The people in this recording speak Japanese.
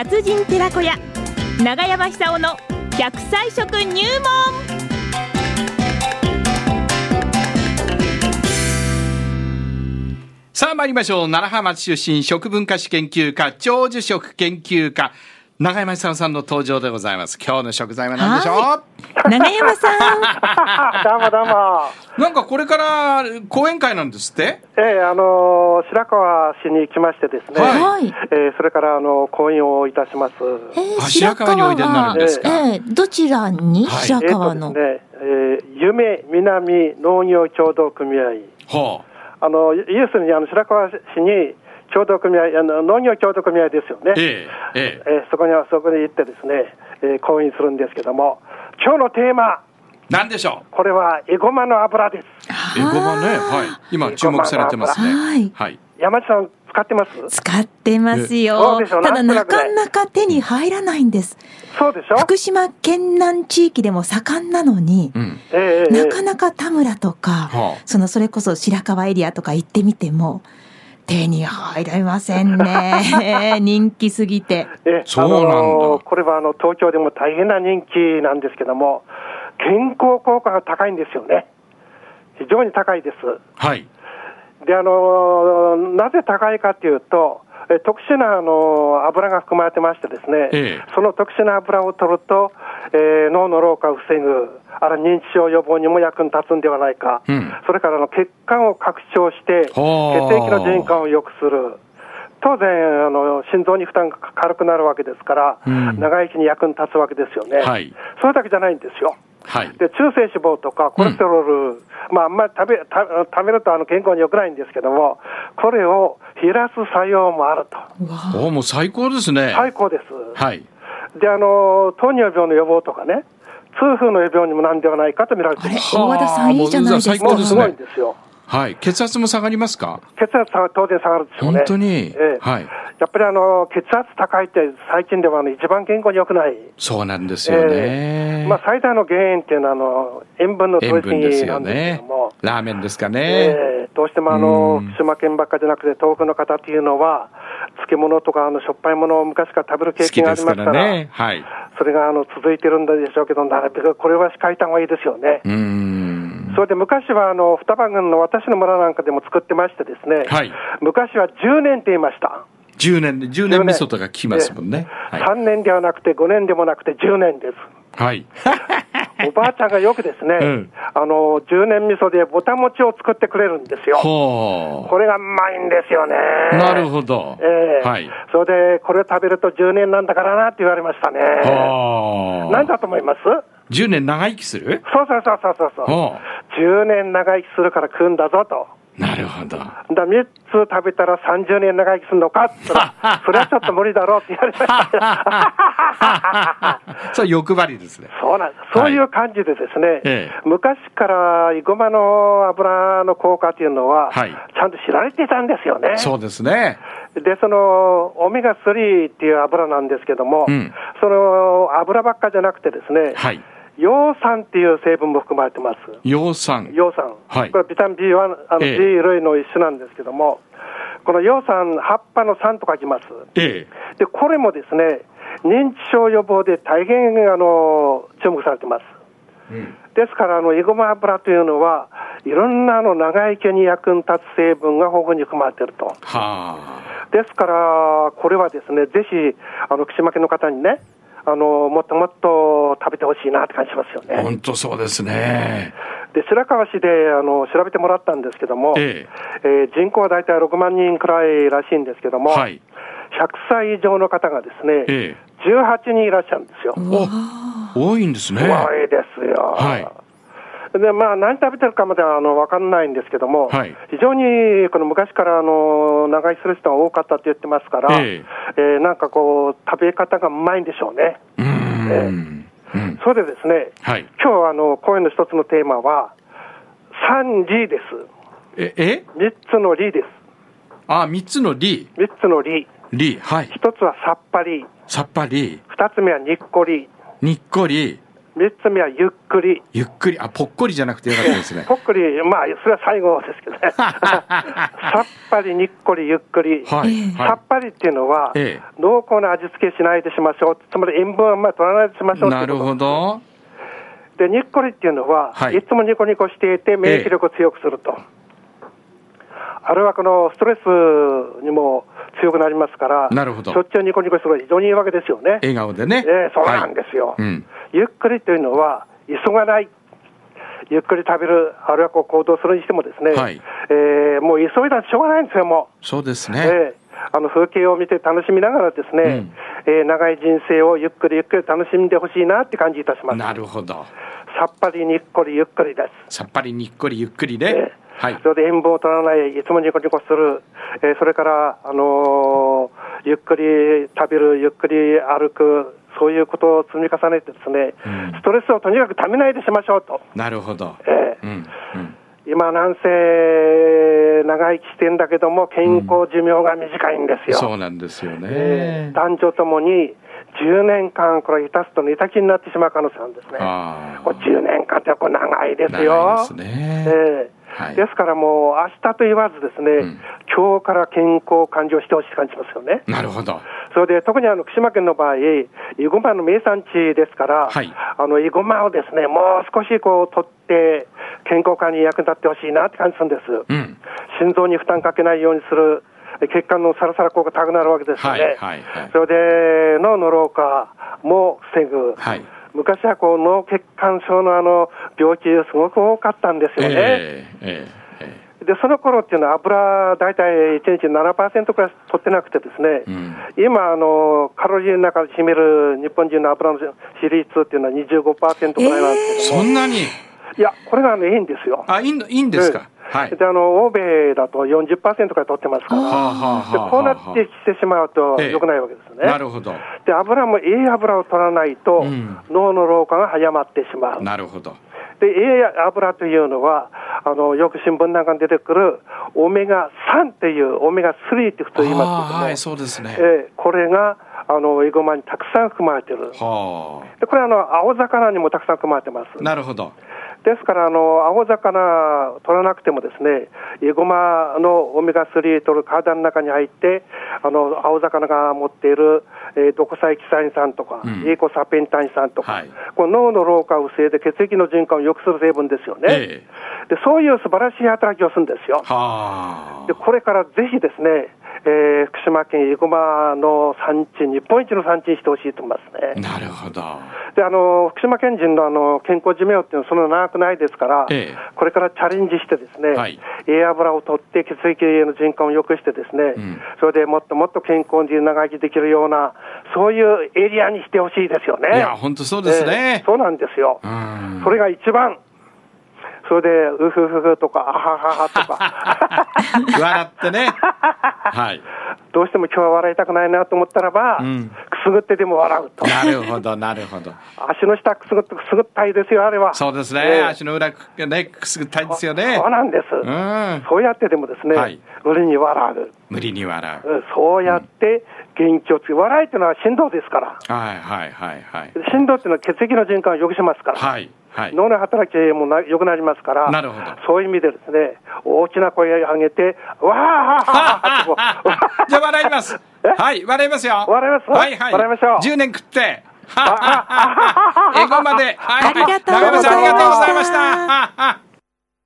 寺子屋長山久夫の100歳食入門さあ参りましょう楢葉町出身食文化史研究家長寿食研究家永山久夫さんの登場でございます今日の食材は何でしょう、 長山さんどうもどうも。なんかこれから講演会なんですってええあのー白川市に行きましてですね。はいええそれから、あの講演をいたします。えーあ白川においでになるんですかえーどちらに、はい白ええと川ですのね。、ええ夢南農業協同組合。はああの、要するに、あの、白川市に協同組合、あの、農業協同組合ですよね。ええええええそこには、そこに行ってですね、ええ講演するんですけども、今日のテーマ、何でしょこれは、エゴマの油です。うエゴマねはい今注目されてますねエゴマはいはい山地さん、使ってます使ってますよそうでしょうただななんとなくかねなか手に入らないんですそうでしょ福島県南地域でも盛んなのに、うんええええなかなか田村とか、はあそのそれこそ白川エリアとか行ってみても手に入りません ね人気すぎてえそうなんだあのこれはあの東京でも大変な人気なんですけども、健康効果が高いんですよね、非常に高いです。はいで、あのなぜ高いかというと、え特殊なあの油が含まれてましてですね、ええその特殊な油を取ると、えー脳の老化を防ぐ、あら認知症予防にも役に立つんではないか、うんそれからあの血管を拡張して、血液はあの循環を良くする。当然あの、心臓に負担が軽くなるわけですから、うん長生きに役に立つわけですよね、はいそれだけじゃないんですよ、はいで中性脂肪とかコレステロール、まあ、あんまり食べた食べるとあの健康に良くないんですけども、これを減らす作用もあると、おもう最高ですね最高です。はいであの糖尿病の予防とかね、痛風の予防にもなんではないかと見られてあいれます。大和田さんいいじゃないですはあかももうじうゃあす最ご高いでんですよ。はい血圧も下がりますか血圧は当然下がるでしょうね。本当にええはいやっぱりあの血圧高いって最近ではあの一番健康に良くない。そうなんですよえねえまあ最大の原因っていうのはあの塩分の取塩り過ぎ分ですなよんですねけども。ラーメンですかねええどうしてもあうのん福島県ばっかじゃなくて、東北の方っていうのは、漬物とかあのしょっぱいものを昔から食べる好経き験があでりすまかすからら、ねはいそれがあの続いてるんでしょうけど、なるべくこれは控えた方がいいですよね。うーんそれで昔はあの双葉郡の私の村なんかでも作ってましてですね、はい昔は10年って言いました、 10年で10年味噌とか聞きますもんねは3年ではなくて5年でもなくて10年 です。い、はい、おばあちゃんがよくですね、うんあの10年味噌でぼた餅を作ってくれるんですよ。ほこれがうまいんですよね。うなるほど、ええはいそれで、これを食べると10年なんだからなって言われましたね。はなんだと思います10年長生きするそうそうそうそうそうそう。ほ10年長生きするから食うんだぞと。うなるほどだ3つ食べたら30年長生きするのかって言ったらそれはちょっと無理だろうって言われ ました。そう欲張りですねそうなんです。そういう感じでですね、ええ昔からイゴマの油の効果というのは、はいちゃんと知られていたんですよね。そうですねで、そのオメガ3っていう油なんですけども、うんその油ばっかじゃなくてですね、はい葉酸っていう成分も含まれてます。養酸葉酸。はいこれビタミン B1、あの B ええ類の一種なんですけども、この葉酸、葉っぱの酸と書きます。ええで、これもですね、認知症予防で大変、あの、注目されてます。ですから、あの、エゴマ油というのは、いろんなあの長生きに役に立つ成分が豊富に含まれていると。はあですから、これはですね、ぜひ、あの、福島県の方にね、あの、もっともっと食べてほしいなって感じしますよね。本当そうですねで、白川市で、あの、調べてもらったんですけども、ええー人口は大体6万人くらいらしいんですけどえも、はい100歳以上の方がですね、ええ18人いらっしゃるんですよ。すお多いんですねごいですよ。はいで、まあ、何食べてるかまではあの分かんないんですけども、はい非常にこの昔からあの長居する人が多かったって言ってますから、ええーなんかこう、食べ方がうまいんでしょうね。うーん、うん、それでですね、はい今日あの講演の一つのテーマは、3G です。ええ3つのリです。あ三つのリ3つのリ。リはい一つはさっぱり、さっぱり二つ目はにっこり、にっこり3つ目はゆっくり。ゆっくりあぽっこりじゃなくてよかったで すねぽっくり、まあ、それは最後ですけ どね。さっぱり、にっこり、ゆっくり。はい、さはっぱりっていうのは、ええ濃厚な味付けしないでしましょう。つまり塩分はまあ取らないでしましょうい、ってないうこるとほ。どで、にっこりっていうのは、はいい、つもニコニコしていて免疫力を強くすると。あれはこのストレスにも強くなりますから、なるほどしょっちゅうニコニコするのは非常にいいわけですよね。笑顔でね、ええそうなんですよ、はいうんゆっくりというのは、急がない、ゆっくり食べる、あるいはこう行動するにしてもですね、はいえーもう急いだらしょうがないんですよ、もう。そうですね、ええあの風景を見て楽しみながらですね、えー長い人生をゆっくりゆっくり楽しんでほしいなって感じいたします。なるほどさっぱりにっこりゆっくりです。さっぱりにっこりゆっくりねええ、はいそれで塩分を取らない、いつもニコニコする、えーそれから、あのーゆっくり食べる、ゆっくり歩く、そういうことを積み重ねてですね、うんストレスをとにかくためないでしましょうと。なるほど、えうえんうん、今、なんせ、長生きしてんだけども、健康寿命が短いんですよ。そうなんですよね、男女ともに10年間、これ、いたすと寝たきりになってしまう可能性なんですね。ああこれ10年間ってこれ長いですよ。長いですね、ええはいですからもう、明日と言わずですね、ん今日から健康を勘定してほしい感じますよね。なるほどそれで特にあの福島県の場合、イゴマの名産地ですから、はいあのイゴマをですねもう少しこう取って、健康化に役立ってほしいなって感じするんです、うん心臓に負担かけないようにする、血管のサラサラ効果高くなるわけですよね、はいはいはいそれで脳の老化も防ぐ、はい昔はこう脳血管症のあの病気、すごく多かったんですよね。えええええでその頃っていうのは油大体1日7%くらい取ってなくてですね、うん今あのカロリーの中で占める日本人の油の比率っていうのは25%くらいなんですけそども、んなにいやこれがねいいんですよあいいのいいんですか、ええはいであの欧米だと40%くらい取ってますからはあはあはあはあでこうなってきてしまうとええ良くないわけですね、なるほどで油もいい油を取らないと、うん脳の老化が早まってしまうなるほどで、A 油というのは、あの、よく新聞なんかに出てくる、オメガ3っていう、オメガ3ってことを言いあーはいますそうですねけどね、ええこれが、あの、エゴマにたくさん含まれてる。はで、これ、あの、青魚にもたくさん含まれてますあ。なるほどですから、あの、青魚取らなくてもですね、エゴマのオメガ3取る体の中に入って、あの、青魚が持っている、えードコサイキサイン酸とか、うんエコサペンタイン酸とか、はいこの脳の老化を防いで血液の循環を良くする成分ですよね。ええでそういう素晴らしい働きをするんですよ。はでこれからぜひですね、えー福島県生駒の産地、日本一の産地にしてほしいと思いますあね。なるほどであの福島県人のあの健康寿命っていうのはそんな長くないですから、ええこれからチャレンジして、ですね、はいええ油を取って血液への循環を良くして、ですね、うんそれでもっともっと健康に長生きできるような、そういうエリアにしてほしいですよね。いや本当そうですえねえ、そうなんですよ。うんそれが一番。それで、うふふふとか、あはははと か、笑って ねはいどうしても今日は笑いたくないなと思ったらば、うんくすぐってでも笑うと。なるほどなるほど足の下くすぐってくすぐったいですよ、あれは。そうですね、ええ足の裏くねくすぐったいですよねそうなんです。うんそうやってでもですね、はい無理に笑う。無理に笑ううんそうやって元気をつけ、笑いっていうのは振動ですから。はいはいはいはい振動っていうのは血液の循環を良くしますから。はいはい脳の働きもな良くなりますから、なるほどそういう意味でですね、大きな声を上げて、わーはーはーはーってこうじゃあ笑います。はい、笑いますよ。笑いますはいはい。笑いましょう10年食って。英語まで。はい、はい。ありがとうございました中山さんありがとうございました。